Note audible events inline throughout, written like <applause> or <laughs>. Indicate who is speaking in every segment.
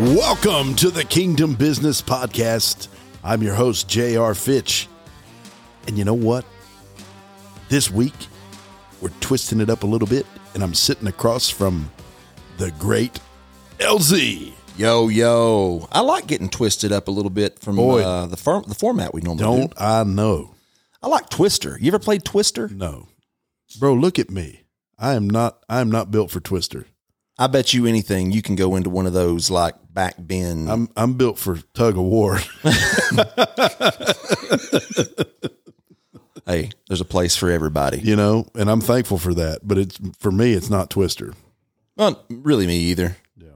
Speaker 1: Welcome to the Kingdom Business Podcast. I'm your host, J.R. Fitch. And you know what? This week, we're twisting it up a little bit, and I'm sitting across from the great LZ.
Speaker 2: Yo, yo. I like getting twisted up a little bit from
Speaker 1: Boy.
Speaker 2: uh, the firm, the format we normally
Speaker 1: Don't
Speaker 2: do.
Speaker 1: I know?
Speaker 2: I like Twister. You ever played Twister?
Speaker 1: No. Bro, look at me. I am not I am not built for Twister.
Speaker 2: I bet you anything you can go into one of those like back bend.
Speaker 1: I'm I'm built for tug of war. <laughs>
Speaker 2: hey, there's a place for everybody.
Speaker 1: you know, and I'm thankful for that. But it's for me, it's not Twister.
Speaker 2: Not really me either. Yeah.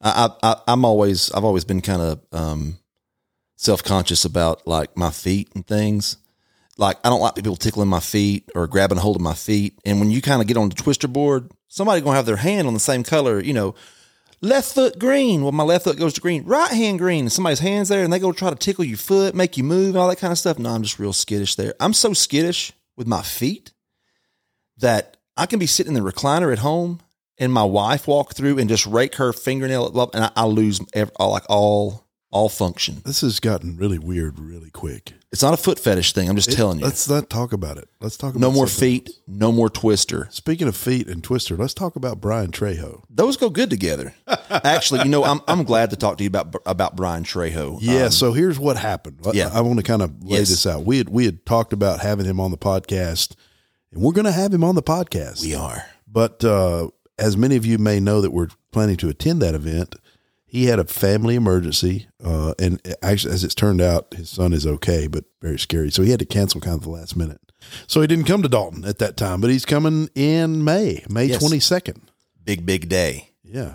Speaker 2: I, I, I I'm always I've always been kind of um, self conscious about like my feet and things. Like I don't like people tickling my feet or grabbing a hold of my feet. And when you kind of get on the twister board, somebody gonna have their hand on the same color. You know, left foot green. Well, my left foot goes to green. Right hand green. And somebody's hands there, and they go try to tickle your foot, make you move, and all that kind of stuff. No, I'm just real skittish there. I'm so skittish with my feet that I can be sitting in the recliner at home and my wife walk through and just rake her fingernail up and I, I lose ev all, like all all function.
Speaker 1: This has gotten really weird really quick.
Speaker 2: It's not a foot fetish thing. I'm just telling you.
Speaker 1: Let's not talk about it. Let's talk about
Speaker 2: No more
Speaker 1: something
Speaker 2: feet, no more twister.
Speaker 1: Speaking of feet and Twister, let's talk about Brian Trejo.
Speaker 2: Those go good together. Actually, you know, I'm I'm glad to talk to you about about Brian Trejo.
Speaker 1: Yeah.
Speaker 2: Um,
Speaker 1: so here's what happened. I-
Speaker 2: yeah.
Speaker 1: I, want to kind of lay
Speaker 2: Yes.
Speaker 1: this out. We had we had talked about having him on the podcast, and we're going to have him on the podcast.
Speaker 2: we are.
Speaker 1: But uh, as many of you may know that we're planning to attend that event, he had a family emergency. Uh, and actually, as it's turned out, his son is okay, but very scary. So he had to cancel kind of the last minute. So he didn't come to Dalton at that time, but he's coming in May, May
Speaker 2: Yes.
Speaker 1: 22nd.
Speaker 2: Big big day.
Speaker 1: Yeah.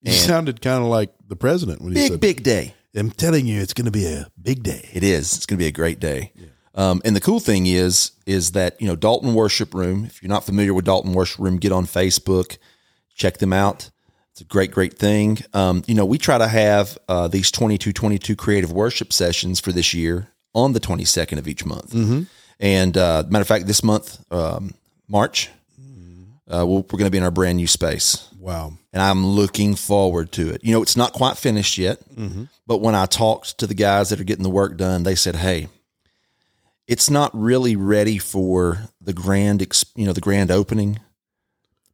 Speaker 1: He
Speaker 2: And-
Speaker 1: sounded kind of like the president when he
Speaker 2: Big
Speaker 1: said,
Speaker 2: big day.
Speaker 1: I'm telling you, it's going to be a big day.
Speaker 2: It is. It's going to be a great day. Um, and the cool thing is, is that you know Dalton Worship Room. If you're not familiar with Dalton Worship Room, get on Facebook, check them out. It's a great, great thing. Um, you know, we try to have uh, these 22, 22 creative worship sessions for this year on the 22nd of each month. And uh, matter of fact, this month, um, March, uh, we'll, we're going to be in our brand new space
Speaker 1: Wow.
Speaker 2: and I'm looking forward to it. You know, it's not quite finished yet, but when I talked to the guys that are getting the work done, they said, "Hey, it's not really ready for the grand, ex- you know, the grand opening,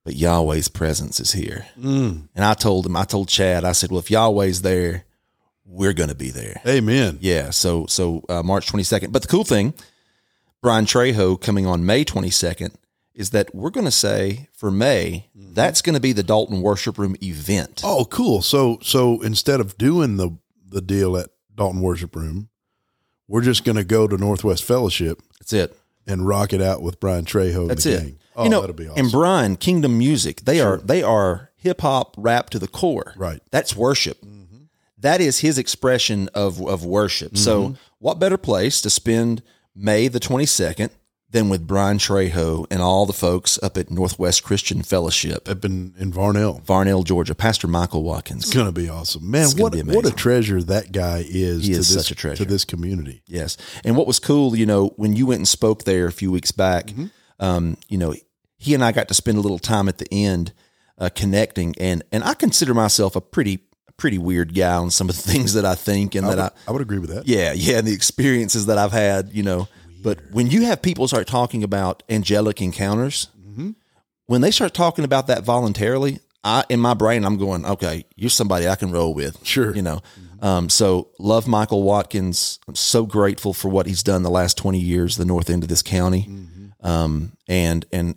Speaker 2: but Yahweh's presence is here." And I told them, I told Chad, I said, "Well, if Yahweh's there, we're going to be there."
Speaker 1: Amen.
Speaker 2: Yeah. So so uh, March 22nd. But the cool thing, Brian Trejo coming on May 22nd is that we're going to say for May that's going to be the Dalton Worship Room event.
Speaker 1: Mm-hmm. Oh, cool. So so instead of doing the the deal at Dalton Worship Room, we're just going to go to Northwest Fellowship
Speaker 2: That's it.
Speaker 1: and rock it out with Brian Trejo. And
Speaker 2: That's
Speaker 1: the
Speaker 2: it.
Speaker 1: Gang. Oh,
Speaker 2: you know,
Speaker 1: that'll be
Speaker 2: and
Speaker 1: awesome.
Speaker 2: Brian Kingdom Music, they are they are hip hop rap to the core.
Speaker 1: Right. Mm-hmm.
Speaker 2: That's worship. That is his expression of of worship.
Speaker 1: Mm-hmm.
Speaker 2: So, what better place to spend May the 22nd than with Brian Trejo and all the folks up at Northwest Christian Fellowship?
Speaker 1: Up in in Varnell,
Speaker 2: Varnell, Georgia, Pastor Michael Watkins.
Speaker 1: it's going to be awesome, man.
Speaker 2: gonna
Speaker 1: What
Speaker 2: be
Speaker 1: what a
Speaker 2: amazing.
Speaker 1: treasure that guy is.
Speaker 2: He
Speaker 1: to
Speaker 2: is
Speaker 1: this,
Speaker 2: such a treasure.
Speaker 1: to this community.
Speaker 2: Yes. And what was cool, you know, when you went and spoke there a few weeks back, um, you know, he and I got to spend a little time at the end uh, connecting and and I consider myself a pretty a pretty weird guy on some of the <laughs> things that I think and
Speaker 1: I
Speaker 2: that
Speaker 1: would,
Speaker 2: I
Speaker 1: I would agree with that.
Speaker 2: yeah, yeah, and the experiences that I've had, you know. But when you have people start talking about angelic encounters,
Speaker 1: Mm-hmm.
Speaker 2: when they start talking about that voluntarily, I in my brain I'm going, okay, you're somebody I can roll with,
Speaker 1: Sure.
Speaker 2: you know. Um, so love Michael Watkins. I'm so grateful for what he's done the last 20 years, the north end of this county,
Speaker 1: Mm-hmm.
Speaker 2: um, and and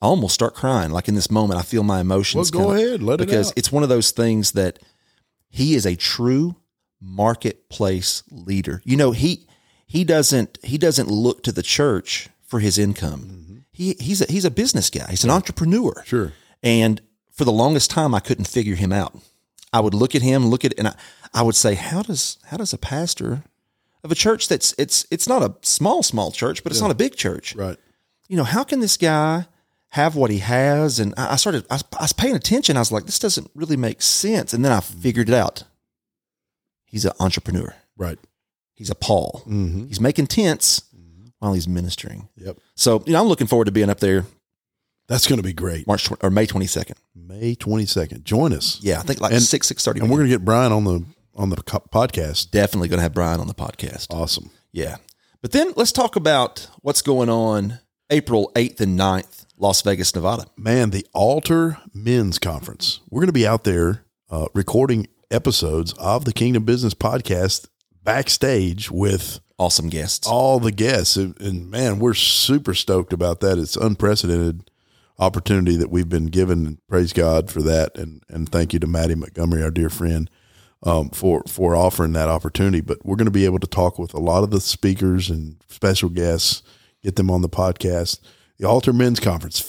Speaker 2: I almost start crying. Like in this moment, I feel my
Speaker 1: Well,
Speaker 2: emotions.
Speaker 1: go
Speaker 2: kinda-
Speaker 1: ahead, let it
Speaker 2: because
Speaker 1: out.
Speaker 2: it's one of those things that he is a true marketplace leader. You know, he he doesn't he doesn't look to the church for his income. He he's a, he's a business guy. He's an entrepreneur.
Speaker 1: Mm-hmm. Sure.
Speaker 2: And for the longest time, I couldn't figure him out. I would look at him, look at, and I, I would say, how does how does a pastor of a church that's it's it's not a small small church, but it's not a big church
Speaker 1: Right.
Speaker 2: you know, how can this guy have what he has? And I I started, I was, I was paying attention. I was like, this doesn't really make sense. And then I figured it out. He's an entrepreneur.
Speaker 1: Right.
Speaker 2: He's a Paul.
Speaker 1: Mm-hmm.
Speaker 2: He's making tents while he's ministering.
Speaker 1: Yep.
Speaker 2: So you know, I'm looking forward to being up there
Speaker 1: That's going to be great.
Speaker 2: March tw- or May 22nd.
Speaker 1: May 22nd. Join us.
Speaker 2: Yeah, I think like
Speaker 1: And-
Speaker 2: six six thirty.
Speaker 1: And we're going to get Brian on the on the co- podcast.
Speaker 2: definitely going to have Brian on the podcast.
Speaker 1: Awesome.
Speaker 2: Yeah. But then let's talk about what's going on April 8th and 9th, Las Vegas, Nevada.
Speaker 1: Man, the Altar Men's Conference. We're going to be out there uh, recording episodes of the Kingdom Business podcast backstage with
Speaker 2: Awesome guests.
Speaker 1: all the guests. And, and man, we're super stoked about that. It's unprecedented opportunity that we've been given. Praise God for that. And, and thank you to Maddie Montgomery, our dear friend, um, for, for offering that opportunity. But we're going to be able to talk with a lot of the speakers and special guests, get them on the podcast. The Altar Men's Conference,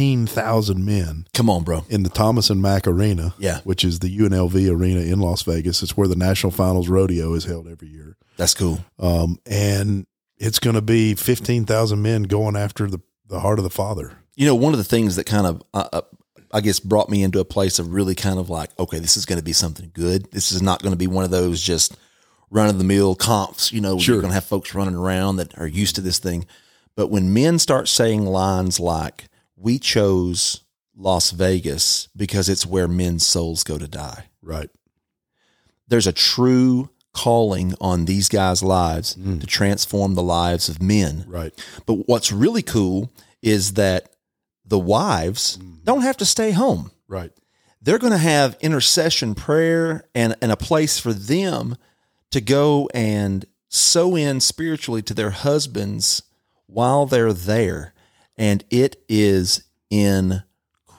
Speaker 1: 15,000 men
Speaker 2: Come on, bro.
Speaker 1: in the Thomas and Mack Arena,
Speaker 2: Yeah.
Speaker 1: which is the UNLV Arena in Las Vegas. It's where the National Finals Rodeo is held every year.
Speaker 2: That's cool.
Speaker 1: Um, and it's going to be 15,000 men going after the, the heart of the father.
Speaker 2: You know, one of the things that kind of, uh, uh, I guess, brought me into a place of really kind of like, okay, this is going to be something good. This is not going to be one of those just run of the mill comps, you know, where
Speaker 1: Sure.
Speaker 2: you're going to have folks running around that are used to this thing. But when men start saying lines like, we chose Las Vegas because it's where men's souls go to die.
Speaker 1: Right.
Speaker 2: there's a true calling on these guys' lives to transform the lives of men.
Speaker 1: Right.
Speaker 2: But what's really cool is that the wives don't have to stay home.
Speaker 1: Right.
Speaker 2: They're going to have intercession prayer and, and a place for them to go and sow in spiritually to their husbands while they're there. And it is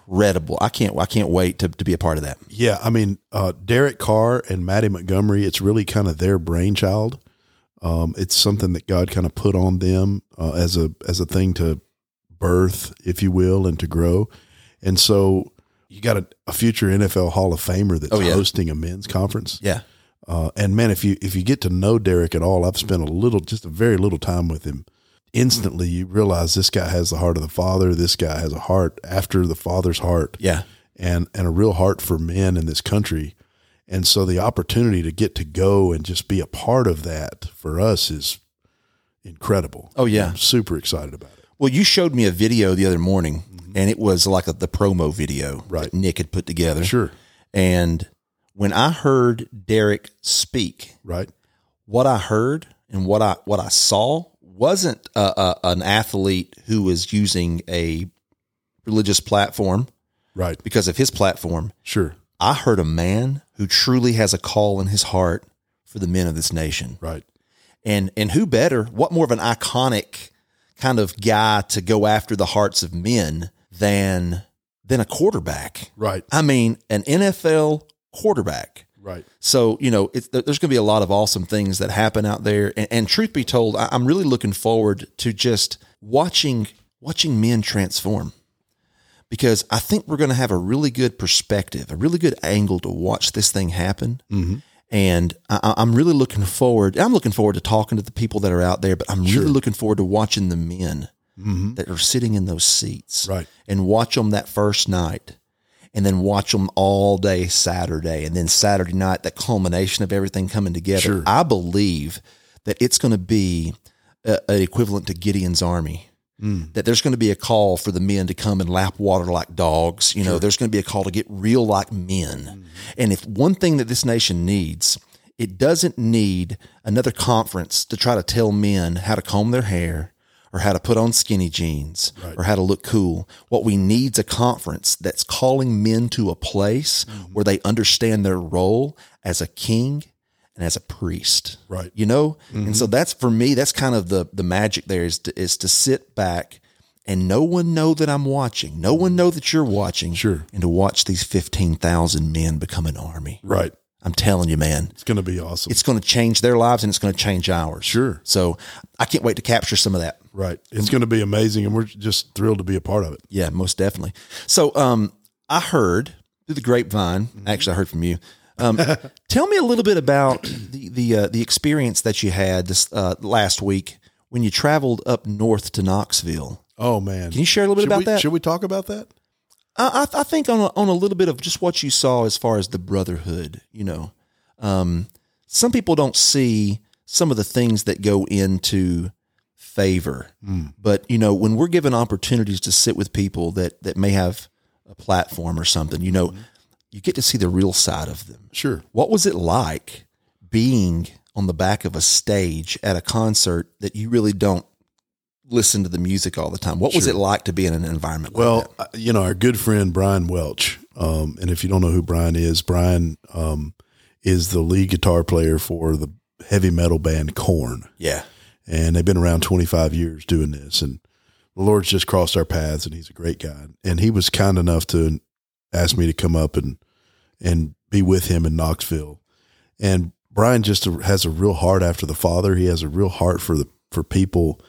Speaker 2: incredible. I can't I can't wait to, to be a part of that.
Speaker 1: Yeah. I mean, uh, Derek Carr and Maddie Montgomery, it's really kind of their brainchild. Um, it's something that God kind of put on them uh, as a as a thing to birth, if you will, and to grow. And so you got a, a future NFL Hall of Famer that's
Speaker 2: Oh, yeah.
Speaker 1: hosting a men's conference.
Speaker 2: Yeah.
Speaker 1: Uh, and man, if you if you get to know Derek at all, I've spent a little, just a very little time with him. Instantly, you realize this guy has the heart of the father. This guy has a heart after the father's heart,
Speaker 2: Yeah.
Speaker 1: and and a real heart for men in this country. And so, the opportunity to get to go and just be a part of that for us is incredible.
Speaker 2: Oh yeah.
Speaker 1: I'm super excited about it.
Speaker 2: Well, you showed me a video the other morning, and it was like a, the promo video
Speaker 1: Right.
Speaker 2: that Nick had put together.
Speaker 1: Sure,
Speaker 2: And when I heard Derek speak,
Speaker 1: right?
Speaker 2: what I heard and what I what I saw wasn't uh uh an athlete who was using a religious platform
Speaker 1: Right,
Speaker 2: because of his platform.
Speaker 1: sure,
Speaker 2: I heard a man who truly has a call in his heart for the men of this nation
Speaker 1: right,
Speaker 2: and and who better what more of an iconic kind of guy to go after the hearts of men than than a quarterback
Speaker 1: right,
Speaker 2: i mean an nfl quarterback
Speaker 1: right.
Speaker 2: so you know it's, there- there's going to be a lot of awesome things that happen out there and, and truth be told I, i'm really looking forward to just watching watching men transform because i think we're going to have a really good perspective a really good angle to watch this thing happen
Speaker 1: hmm
Speaker 2: and I, I- I'm really looking forward. I'm looking forward to talking to the people that are out there, but I'm really looking forward to watching the men
Speaker 1: hmm
Speaker 2: that are sitting in those seats
Speaker 1: Right,
Speaker 2: and watch them that first night and then watch them all day Saturday. And then Saturday night, that culmination of everything coming together.
Speaker 1: Sure.
Speaker 2: I believe that it's going to be a, an equivalent to Gideon's army.
Speaker 1: Mm.
Speaker 2: That there's going to be a call for the men to come and lap water like dogs. You know, there's going to be a call to get real like men. And if one thing that this nation needs, it doesn't need another conference to try to tell men how to comb their hair or how to put on skinny jeans or how to look cool. What we need's a conference that's calling men to a place where they understand their role as a king and as a priest
Speaker 1: right.
Speaker 2: you know and
Speaker 1: Mm-hmm.
Speaker 2: so that's for me that's kind of the the magic there is to, is to sit back and no one know that i'm watching no one know that you're watching
Speaker 1: Sure.
Speaker 2: and to watch these 15000 men become an army
Speaker 1: Right.
Speaker 2: i'm telling you man
Speaker 1: It's going to be awesome.
Speaker 2: it's going to change their lives and it's going to change ours
Speaker 1: Sure.
Speaker 2: so i can't wait to capture some of that
Speaker 1: Right. It's going to be amazing. And we're just thrilled to be a part of it.
Speaker 2: yeah most definitely so um i heard through the grapevine
Speaker 1: Mm-hmm.
Speaker 2: actually i heard from you um, <laughs> tell me a little bit about the the uh, the experience that you had this uh, last week when you traveled up north to Knoxville.
Speaker 1: Oh, man.
Speaker 2: Can you share a little bit
Speaker 1: should
Speaker 2: about
Speaker 1: we,
Speaker 2: that?
Speaker 1: Should we talk about that?
Speaker 2: I, I, I think on a, on a little bit of just what you saw as far as the brotherhood, you know, um, some people don't see some of the things that go into favor. But you know, when we're given opportunities to sit with people that that may have a platform or something, you know, you get to see the real side of them.
Speaker 1: Sure.
Speaker 2: What was it like being on the back of a stage at a concert that you really don't listen to the music all the time? What was it like to be in an environment like that?
Speaker 1: Well, uh, you know, our good friend Brian Welch, um, and if you don't know who Brian is, Brian um, is the lead guitar player for the heavy metal band Korn,
Speaker 2: Yeah.
Speaker 1: and they've been around 25 years doing this. And the Lord's just crossed our paths, and he's a great guy. And he was kind enough to ask me to come up and and be with him in Knoxville. And Brian just has a real heart after the Father. He has a real heart for the for people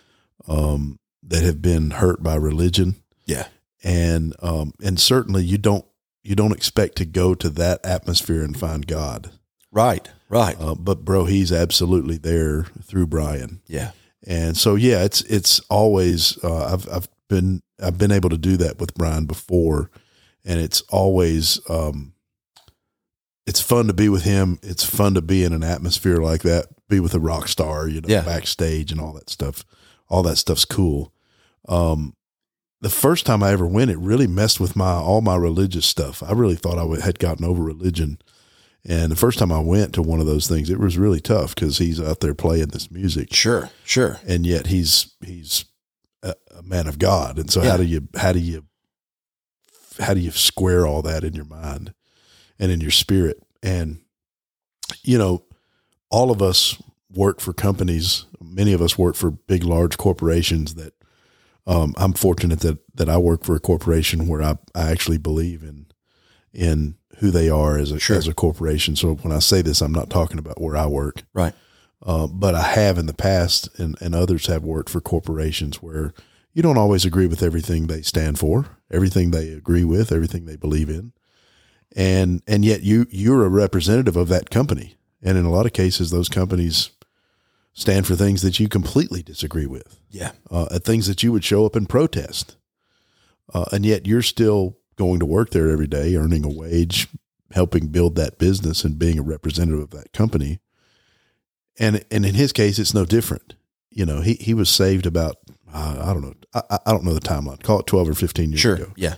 Speaker 1: um, that have been hurt by religion
Speaker 2: Yeah.
Speaker 1: and um, and certainly you don't you don't expect to go to that atmosphere and find God.
Speaker 2: Right. Right.
Speaker 1: Uh, but bro, he's absolutely there through Brian,
Speaker 2: yeah.
Speaker 1: and so yeah, it's it's always uh, I've I've been I've been able to do that with Brian before, and it's always um, it's fun to be with him. It's fun to be in an atmosphere like that, be with a rock star, you know,
Speaker 2: Yeah.
Speaker 1: backstage and all that stuff. All that stuff's cool. Um, the first time I ever went, it really messed with my all my religious stuff. I really thought I would, had gotten over religion. And the first time I went to one of those things, it was really tough because he's out there playing this music
Speaker 2: Sure. Sure.
Speaker 1: and yet he's he's a, a man of God. And so
Speaker 2: Yeah.
Speaker 1: how do you how do you how do you square all that in your mind and in your spirit? And you know, all of us work for companies. Many of us work for big, large corporations. That um, I'm fortunate that that I work for a corporation where I I actually believe in in who they are as a
Speaker 2: Sure.
Speaker 1: as a corporation. So when I say this, I'm not talking about where I work
Speaker 2: Right.
Speaker 1: uh, but I have in the past, and, and others have worked for corporations where you don't always agree with everything they stand for, everything they agree with, everything they believe in, and and yet you you're a representative of that company, and in a lot of cases, those companies stand for things that you completely disagree with,
Speaker 2: Yeah.
Speaker 1: uh, at things that you would show up and protest, uh, and yet you're still going to work there every day, earning a wage, helping build that business, and being a representative of that company and and in his case, it's no different. You know, he he was saved about uh, I don't know I, I- I don't know the timeline. Call it twelve or fifteen years
Speaker 2: Sure.
Speaker 1: ago.
Speaker 2: Yeah.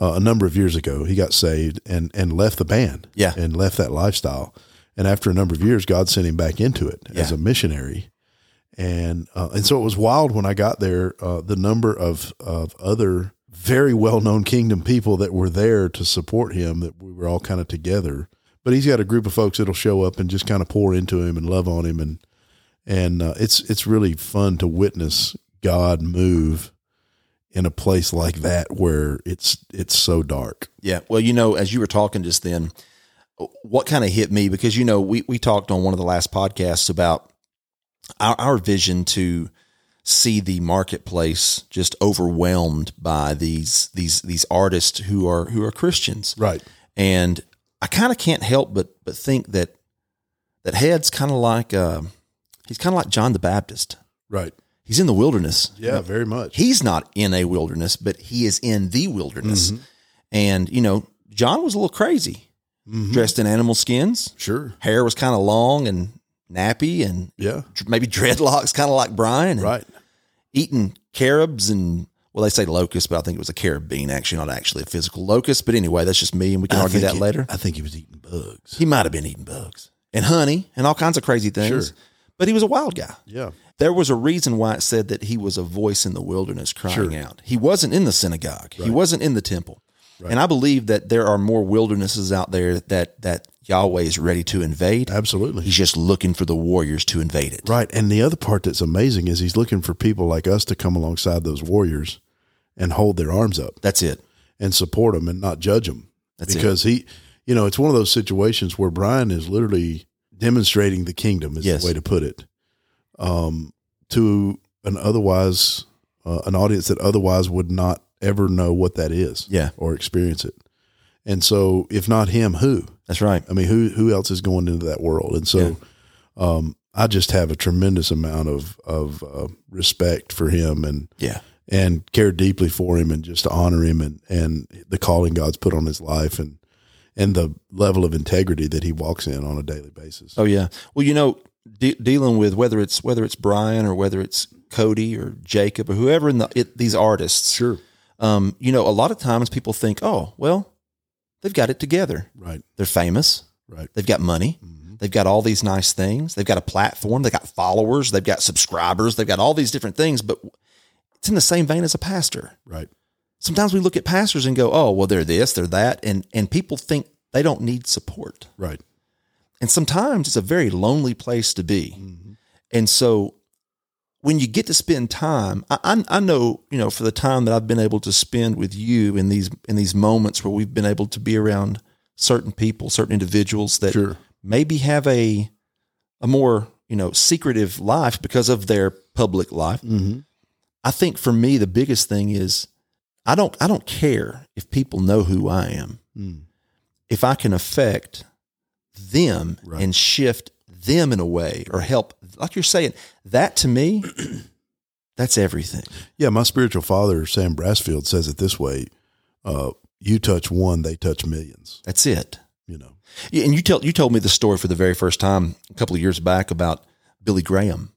Speaker 1: Uh, a number of years ago, he got saved and and left the band.
Speaker 2: Yeah.
Speaker 1: and left that lifestyle. And after a number of years, God sent him back into it as
Speaker 2: Yeah.
Speaker 1: a missionary. And uh, and so it was wild when I got there. Uh, the number of of other very well known kingdom people that were there to support him that we were all kind of together. But he's got a group of folks that'll show up and just kind of pour into him and love on him and and uh, it's it's really fun to witness God move in a place like that where it's it's so dark.
Speaker 2: Yeah. Well, you know, as you were talking just then, what kind of hit me because you know we we talked on one of the last podcasts about our, our vision to see the marketplace just overwhelmed by these these these artists who are who are Christians,
Speaker 1: Right.
Speaker 2: and I kind of can't help but but think that that head's kind of like uh, he's kind of like John the Baptist.
Speaker 1: Right.
Speaker 2: He's in the wilderness,
Speaker 1: Yeah, very much.
Speaker 2: he's not in a wilderness, but he is in the wilderness.
Speaker 1: Mm-hmm.
Speaker 2: And, you know, John was a little crazy,
Speaker 1: Mhm.
Speaker 2: dressed in animal skins.
Speaker 1: Sure.
Speaker 2: Hair was kind of long and nappy and
Speaker 1: Yeah.
Speaker 2: dr- maybe <laughs> dreadlocks, kind of like Brian. And
Speaker 1: Right.
Speaker 2: Eating carobs and, well, they say locust, but I think it was a carob bean, actually, not actually a physical locust. But anyway, that's just me, and we can argue that later.
Speaker 1: I think he was eating bugs.
Speaker 2: He might have been eating bugs and honey and all kinds of crazy things.
Speaker 1: Sure.
Speaker 2: But he was a wild guy
Speaker 1: Yeah.
Speaker 2: there was a reason why it said that he was a voice in the wilderness crying
Speaker 1: Sure.
Speaker 2: out. He wasn't in the synagogue. He wasn't in the temple. And I believe that there are more wildernesses out there that that Yahweh is ready to invade.
Speaker 1: Absolutely.
Speaker 2: He's just looking for the warriors to invade it.
Speaker 1: Right. And the other part that's amazing is he's looking for people like us to come alongside those warriors and hold their arms up.
Speaker 2: That's it.
Speaker 1: and support him and not judge him.
Speaker 2: That's it.
Speaker 1: because he, you know, it's one of those situations where Brian is literally demonstrating the kingdom is
Speaker 2: Yes.
Speaker 1: the way to put it, um, to an otherwise uh, an audience that otherwise would not ever know what that is,
Speaker 2: Yeah.
Speaker 1: or experience it. And so, if not him, who?
Speaker 2: That's right.
Speaker 1: I mean, who who else is going into that world? And so, um, I just have a tremendous amount of of uh, respect for him and
Speaker 2: Yeah.
Speaker 1: and care deeply for him and just to honor him and, and the calling God's put on his life and and the level of integrity that he walks in on a daily basis.
Speaker 2: Oh yeah. Well, you know, de- dealing with whether it's whether it's Brian or whether it's Cody or Jacob or whoever in the it, these artists.
Speaker 1: Sure.
Speaker 2: Um, you know, a lot of times people think, oh, well, they've got it together.
Speaker 1: Right.
Speaker 2: They're famous.
Speaker 1: Right.
Speaker 2: They've got money.
Speaker 1: Mhm.
Speaker 2: They've got all these nice things. They've got a platform. They've got followers. They've got subscribers. They've got all these different things. But it's in the same vein as a pastor.
Speaker 1: Right.
Speaker 2: Sometimes we look at pastors and go, oh, well, they're this, they're that. And, and people think they don't need support.
Speaker 1: Right.
Speaker 2: And sometimes it's a very lonely place to be.
Speaker 1: Mm-hmm.
Speaker 2: And so when you get to spend time, I, I, I know, you know, for the time that I've been able to spend with you in these in these moments where we've been able to be around certain people, certain individuals that
Speaker 1: Sure.
Speaker 2: maybe have a a more, you know, secretive life because of their public life.
Speaker 1: Mm-hmm.
Speaker 2: I think for me the biggest thing is I don't I don't care if people know who I am
Speaker 1: Mm.
Speaker 2: if I can affect them
Speaker 1: Right.
Speaker 2: and shift them in a way or help, like you're saying, that to me, <clears throat> that's everything.
Speaker 1: Yeah, my spiritual father, Sam Brassfield, says it this way: uh, "You touch one, they touch millions.
Speaker 2: That's it.
Speaker 1: You know.
Speaker 2: Yeah, and you tell you told me the story for the very first time a couple of years back about Billy Graham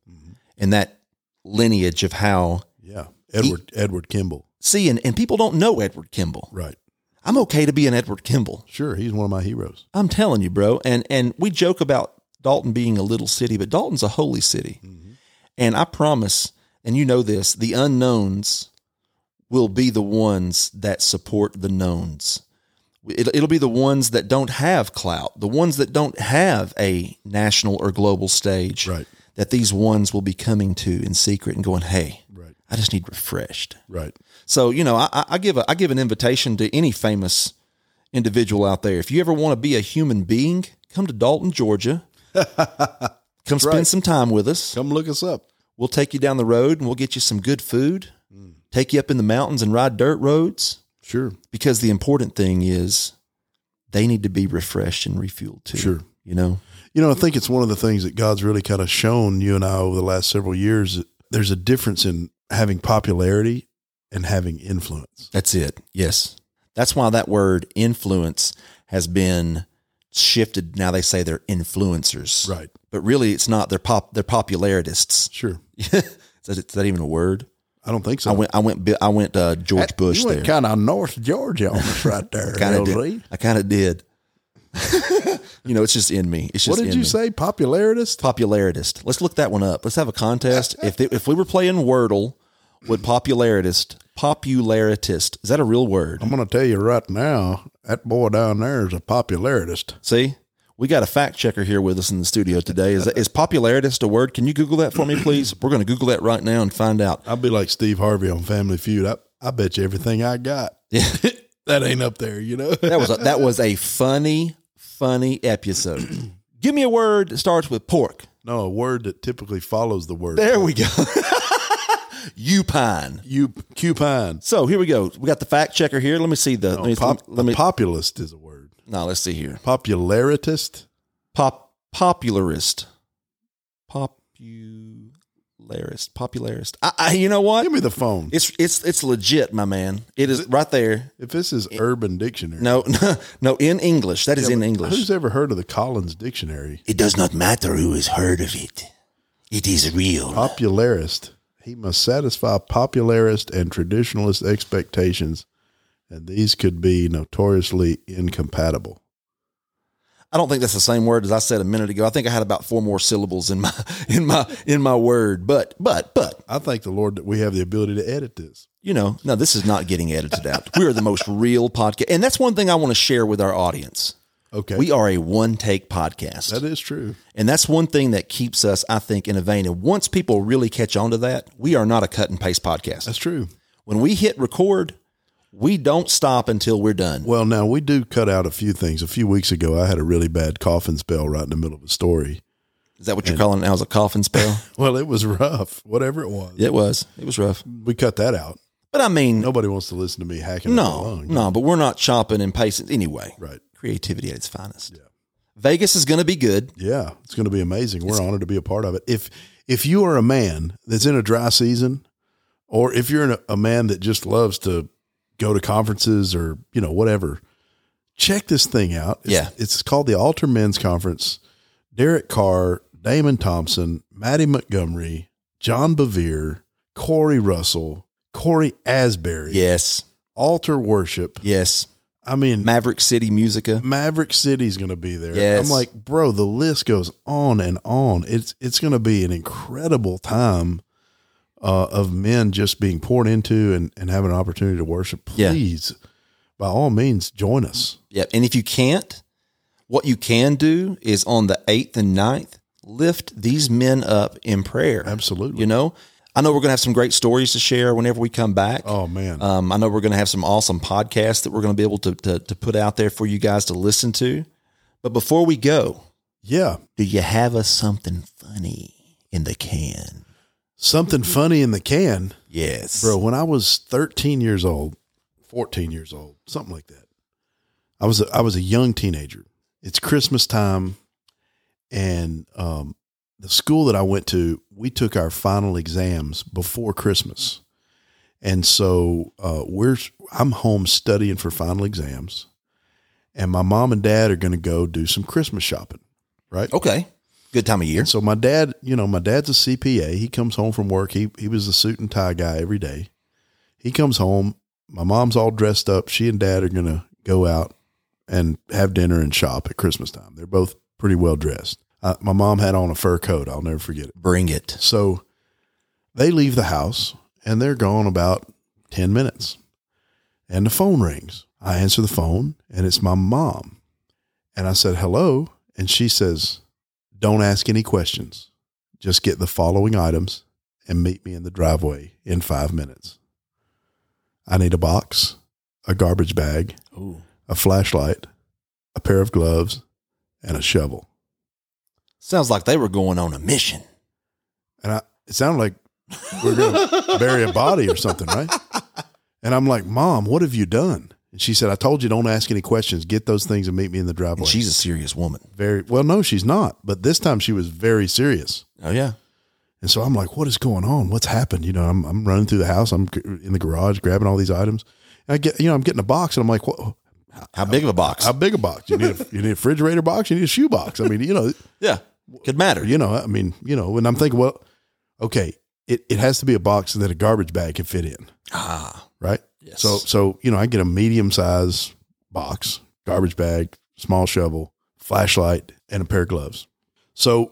Speaker 2: and that lineage of how
Speaker 1: Yeah, Edward Edward Kimball.
Speaker 2: see and, and people don't know Edward Kimball.
Speaker 1: Right.
Speaker 2: I'm okay to be an Edward Kimball.
Speaker 1: Sure, he's one of my heroes.
Speaker 2: I'm telling you, bro. And and we joke about Dalton being a little city, but Dalton's a holy city. And I promise, and you know this, the unknowns will be the ones that support the knowns. It, it'll be the ones that don't have clout, the ones that don't have a national or global stage,
Speaker 1: Right.
Speaker 2: that these ones will be coming to in secret and going, hey,
Speaker 1: Right.
Speaker 2: I just need refreshed.
Speaker 1: Right.
Speaker 2: So you know, I, I I give a I give an invitation to any famous individual out there. If you ever want to be a human being, come to Dalton, Georgia.
Speaker 1: <laughs>
Speaker 2: come spend
Speaker 1: right.
Speaker 2: some time with us.
Speaker 1: Come look us up.
Speaker 2: We'll take you down the road and we'll get you some good food.
Speaker 1: Mm.
Speaker 2: Take you up in the mountains and ride dirt roads
Speaker 1: Sure.
Speaker 2: because the important thing is they need to be refreshed and refueled too.
Speaker 1: Sure.
Speaker 2: You know,
Speaker 1: You know, I think it's one of the things that God's really kind of shown you and I over the last several years. There's a difference in having popularity and having influence.
Speaker 2: that's it. Yes. That's why that word influence has been shifted. Now they say they're influencers.
Speaker 1: Right.
Speaker 2: but really it's not. They're pop. They're popularistists.
Speaker 1: Sure.
Speaker 2: <laughs> is, that, is that even a word?
Speaker 1: I don't think so.
Speaker 2: I went. I went. bi- I went. Uh, George Bush.
Speaker 1: you
Speaker 2: There.
Speaker 1: went kind of North Georgia on us right there. <laughs>
Speaker 2: Kinda
Speaker 1: LZ.
Speaker 2: did. I kind of did. <laughs> you know, it's just in me. It's just.
Speaker 1: What did you
Speaker 2: in me.
Speaker 1: say? Popularist?
Speaker 2: Popularitist. Let's look that one up. Let's have
Speaker 1: <laughs>
Speaker 2: a contest. if it, if we were playing Wordle, would popularitist popularitist is that a real word?
Speaker 1: I'm going to tell you right now, that boy down there is a popularitist.
Speaker 2: See, we got a fact checker here with us in the studio today. Is is popularitist a word? Can you Google that for me, please? We're going to Google that right now and find out.
Speaker 1: I'll be like Steve Harvey on Family Feud. I, I bet you everything I <laughs> got.
Speaker 2: Yeah.
Speaker 1: That ain't up there, you know?
Speaker 2: That was a, that was a funny, funny episode. <clears throat> Give me a word that starts with pork.
Speaker 1: <laughs> no, a word that typically follows the word.
Speaker 2: There we go. <laughs> Upine.
Speaker 1: You cupine.
Speaker 2: So here we go. We got the fact checker here. Let me see the. let me,
Speaker 1: Oh, Pop,
Speaker 2: let me.
Speaker 1: populist is a word.
Speaker 2: no, let's see here.
Speaker 1: Popularitist?
Speaker 2: Pop popularist. Popularist. Popularist. I, I, you know what?
Speaker 1: Give me the phone.
Speaker 2: It's it's it's legit, my man. It is right there.
Speaker 1: If this is Urban Dictionary,
Speaker 2: No, <laughs> no, in English. That is in English.
Speaker 1: who's ever heard of the Collins Dictionary?
Speaker 2: It does not matter who has heard of it. It is real.
Speaker 1: Popularist. He must satisfy popularist and traditionalist expectations, and these could be notoriously incompatible.
Speaker 2: I don't think that's the same word as I said a minute ago. I think I had about four more syllables in my <laughs> in my in my word. But but but
Speaker 1: I thank the Lord that we have the ability to edit this.
Speaker 2: you know, no, this is not getting edited out. We are
Speaker 1: <laughs>
Speaker 2: the most real podcast, and that's one thing I want to share with our audience.
Speaker 1: Okay.
Speaker 2: We are a one take podcast,
Speaker 1: that is true.
Speaker 2: and that's one thing that keeps us, I think, in a vein. And once people really catch on to that, we are not a cut and paste podcast.
Speaker 1: That's true.
Speaker 2: When we hit record, we don't stop until we're done.
Speaker 1: Well, now we do cut out a few things. A few weeks ago, I had a really bad coughing spell right in the middle of a story.
Speaker 2: Is that what you're calling it now? Is a
Speaker 1: <laughs>
Speaker 2: coughing spell?
Speaker 1: Well, it was rough, whatever it was.
Speaker 2: it was. It was rough.
Speaker 1: We cut that out.
Speaker 2: But I mean,
Speaker 1: Nobody wants to listen to me hacking up my
Speaker 2: No,
Speaker 1: lung.
Speaker 2: no, but we're not chopping and pasting anyway.
Speaker 1: Right.
Speaker 2: Creativity at its finest. Vegas is going to be good.
Speaker 1: Yeah, it's going to be amazing. We're honored to be a part of it. If if you are a man that's in a dry season, or if you're in a, a man that just loves to go to conferences or you know whatever, check this thing out. It's,
Speaker 2: Yeah.
Speaker 1: it's called the Alter Men's Conference. Derek Carr Damon Thompson, Matty Montgomery, John Bevere, Corey Russell, Corey Asbury,
Speaker 2: Yes.
Speaker 1: Altar Worship.
Speaker 2: Yes.
Speaker 1: I mean,
Speaker 2: Maverick City Musica.
Speaker 1: Maverick City's going to be there.
Speaker 2: Yes.
Speaker 1: I'm like, bro, the list goes on and on. It's it's going to be an incredible time uh, of men just being poured into and, and having an opportunity to worship.
Speaker 2: Yeah.
Speaker 1: Please, by all means, join us.
Speaker 2: Yep. And if you can't, what you can do is on the 8th and 9th, lift these men up in prayer.
Speaker 1: Absolutely.
Speaker 2: You know, I know we're going to have some great stories to share whenever we come back.
Speaker 1: Oh man,
Speaker 2: Um, I know we're going to have some awesome podcasts that we're going to be able to, to, to put out there for you guys to listen to. But before we go,
Speaker 1: yeah,
Speaker 2: do you have us something funny in the can?
Speaker 1: something funny in the can,
Speaker 2: Yes.
Speaker 1: bro. When I was 13 years old, 14 years old, something like that, I was a, I was a young teenager. It's Christmas time, and um, the school that I went to, we took our final exams before Christmas, and so uh, we're I'm home studying for final exams, and my mom and dad are going to go do some Christmas shopping, right?
Speaker 2: Okay. Good time of year.
Speaker 1: And so my dad, you know, my dad's a CPA. He comes home from work. He he was a suit and tie guy every day. He comes home. My mom's all dressed up. She and dad are gonna go out and have dinner and shop at Christmas time. They're both pretty well dressed. Uh, my mom had on a fur coat. I'll never forget it.
Speaker 2: Bring it.
Speaker 1: So they leave the house and they're gone about ten minutes. And the phone rings. I answer the phone and it's my mom. And I said hello, and she says. Don't ask any questions. Just get the following items and meet me in the driveway in five minutes. I need a box, a garbage bag,
Speaker 2: Ooh.
Speaker 1: a flashlight, a pair of gloves, and a shovel.
Speaker 2: Sounds like they were going on a <laughs> mission.
Speaker 1: And I, it sounded like we're going
Speaker 2: <laughs>
Speaker 1: to bury a body or something, right? And I'm like, Mom, what have you done? And she said, I told you don't ask any questions. Get those things and meet me in the driveway.
Speaker 2: And she's a serious woman.
Speaker 1: very well. No, she's not. But this time she was very serious.
Speaker 2: Oh yeah.
Speaker 1: And so I'm like, what is going on? What's happened? You know, I'm, I'm running through the house. I'm g- in the garage grabbing all these items. And I get, you know, I'm getting a box and I'm like, what,
Speaker 2: How big of a box?
Speaker 1: how big a box? You need a, you need a refrigerator box? You need a shoe box? I mean, you know,
Speaker 2: yeah. Could matter.
Speaker 1: you know, I mean, you know, and I'm thinking, well, okay, it, it has to be a box that a garbage bag can fit in,
Speaker 2: Ah.
Speaker 1: right?
Speaker 2: Yes.
Speaker 1: So, so, you know, I get a medium size box, garbage bag, small shovel, flashlight, and a pair of gloves. So,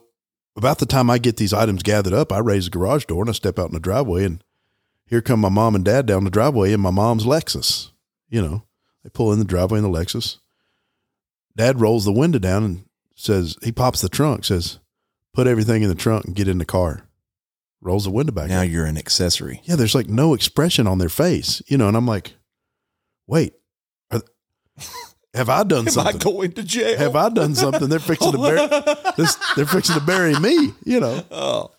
Speaker 1: about the time I get these items gathered up, I raise the garage door and I step out in the driveway, and here come my mom and dad down the driveway in my mom's Lexus. You know, they pull in the driveway in the Lexus. Dad rolls the window down and says, he pops the trunk, says, put everything in the trunk and get in the car. Rolls the window back
Speaker 2: now you're an accessory. <laughs>
Speaker 1: yeah, there's like no expression on their face, you know. And I'm like, wait, are,
Speaker 2: <laughs>
Speaker 1: have I done something?
Speaker 2: going to jail?
Speaker 1: have I done something? They're fixing to
Speaker 2: <laughs>
Speaker 1: bury this. They're fixing to bury me, you know.
Speaker 2: oh.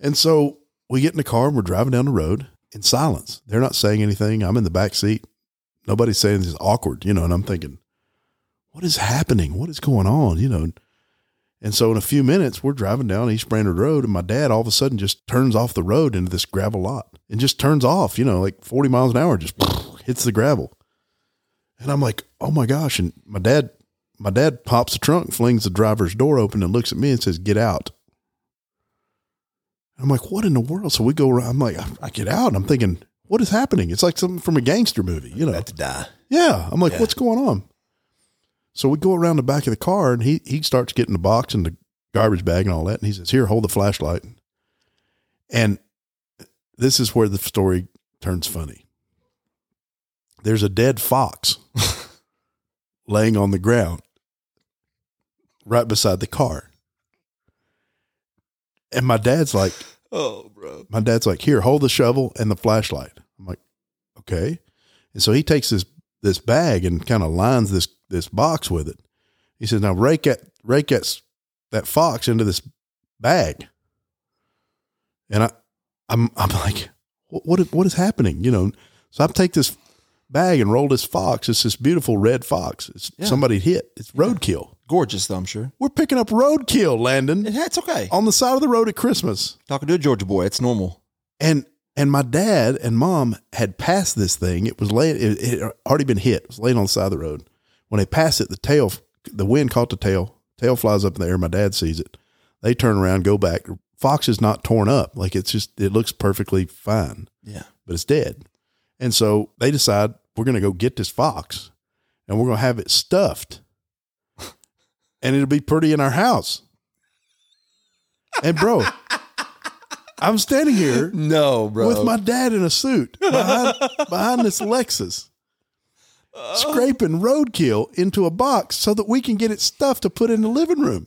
Speaker 1: And so we get in the car and we're driving down the road in silence. They're not saying anything. I'm in the back seat. Nobody's saying this is awkward, you know. And I'm thinking, what is happening? What is going on, you know? And so in a few minutes, we're driving down East Brainerd Road, and my dad all of a sudden just turns off the road into this gravel lot and just turns off, you know, like 40 miles an hour, just <laughs> hits the gravel. And I'm like, oh my gosh. And my dad, my dad pops the trunk, flings the driver's door open, and looks at me and says, get out. I'm like, what in the world? So we go around. I'm like, I get out. And I'm thinking, what is happening? It's like something from a gangster movie, you know.
Speaker 2: About to die.
Speaker 1: Yeah. I'm like,
Speaker 2: Yeah.
Speaker 1: what's going on? So we go around the back of the car and he he starts getting the box and the garbage bag and all that. And he says, Here, hold the flashlight. And this is where the story turns funny. There's a dead fox laying on the ground right beside the car. And my dad's like,
Speaker 2: Oh, bro.
Speaker 1: my dad's like, here, hold the shovel and the flashlight. I'm like, okay. And so he takes this this bag and kind of lines this this box with it. He says, now rake that rake that s- that fox into this bag. And I, I'm I'm like, what what is, what is happening? You know. So I take this bag and roll this fox. It's this beautiful red fox. It's
Speaker 2: Yeah.
Speaker 1: somebody hit. It's roadkill.
Speaker 2: Gorgeous, though, I'm sure.
Speaker 1: We're picking up roadkill, Landon,
Speaker 2: That's okay.
Speaker 1: on the side of the road at Christmas.
Speaker 2: Talking to a Georgia boy. It's normal.
Speaker 1: and and my dad and mom had passed this thing. It was laying. It, it had already been hit. It was laying on the side of the road. When they passed it, the tail, the wind caught the tail. Tail flies up in the air. My dad sees it. They turn around, go back. Fox is not torn up. Like it's just, it looks perfectly fine,
Speaker 2: Yeah.
Speaker 1: but it's dead. And so they decide we're going to go get this fox and we're going to have it stuffed and it'll be pretty in our house. And bro, I'm standing here
Speaker 2: No, bro.
Speaker 1: with my dad in a suit behind,
Speaker 2: <laughs>
Speaker 1: behind this Lexus, scraping roadkill into a box so that we can get it stuffed to put in the living room.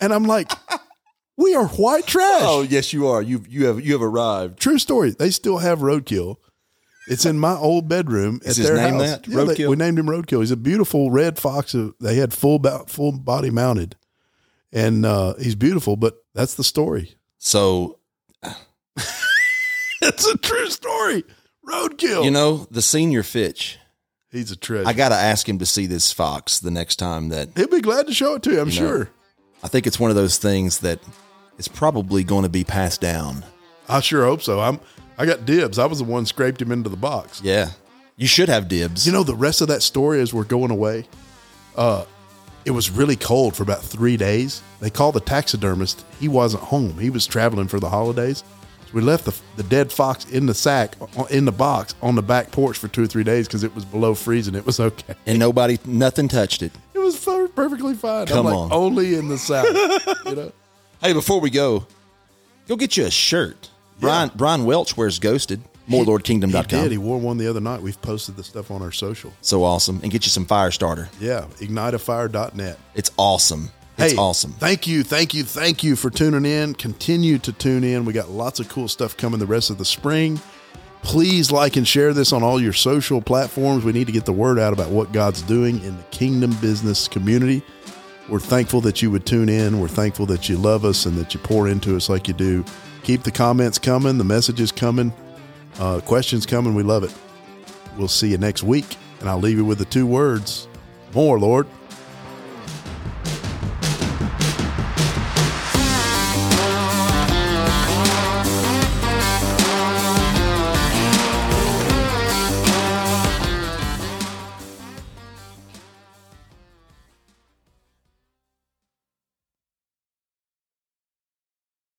Speaker 1: And I'm like, we are white trash.
Speaker 2: Oh yes, you are. You you have you have arrived.
Speaker 1: True story. They still have roadkill. It's in my old bedroom at
Speaker 2: Is his
Speaker 1: their
Speaker 2: name
Speaker 1: house.
Speaker 2: that?
Speaker 1: Yeah, they-
Speaker 2: Roadkill?
Speaker 1: we named him Roadkill. He's a beautiful red fox. uh, They had full bo- full body mounted, and uh, he's beautiful. But that's the story. <laughs>
Speaker 2: So
Speaker 1: it's a true story. Roadkill.
Speaker 2: you know the senior Fitch.
Speaker 1: He's a treasure.
Speaker 2: I gotta ask him to see this fox the next time. That
Speaker 1: He'll be glad to show it to you, I'm
Speaker 2: You know.
Speaker 1: sure.
Speaker 2: I think it's one of those things that it's probably going to be passed down.
Speaker 1: I sure hope so. I'm I got dibs. I was the one scraped him into the box.
Speaker 2: Yeah, you should have dibs.
Speaker 1: You know, the rest of that story as we're going away, uh, it was really cold for about three days. They called the taxidermist. He wasn't home. He was traveling for the holidays. So we left the, the dead fox in the sack, o- in the box, on the back porch for two or three days because it was below freezing. It was okay.
Speaker 2: and nobody, nothing touched it.
Speaker 1: It was fer- perfectly fine.
Speaker 2: Come
Speaker 1: I'm like,
Speaker 2: on.
Speaker 1: only in the south. you
Speaker 2: <laughs>
Speaker 1: know?
Speaker 2: Hey, before we go, go get you a shirt. Brian Brian Welch wears Ghosted.
Speaker 1: He did.
Speaker 2: MoreLordKingdom.com.
Speaker 1: He wore one the other night. We've posted the stuff on our social.
Speaker 2: So awesome, and get you some fire starter.
Speaker 1: Yeah, igniteafire.net.
Speaker 2: It's awesome. It's awesome.
Speaker 1: Thank you, thank you, thank you for tuning in. Continue to tune in. We got lots of cool stuff coming the rest of the spring. Please like and share this on all your social platforms. We need to get the word out about what God's doing in the kingdom business community. We're thankful that you would tune in. We're thankful that you love us and that you pour into us like you do. Keep the comments coming, the messages coming, uh, questions coming. We love it. We'll see you next week. And I'll leave you with the two words more, Lord.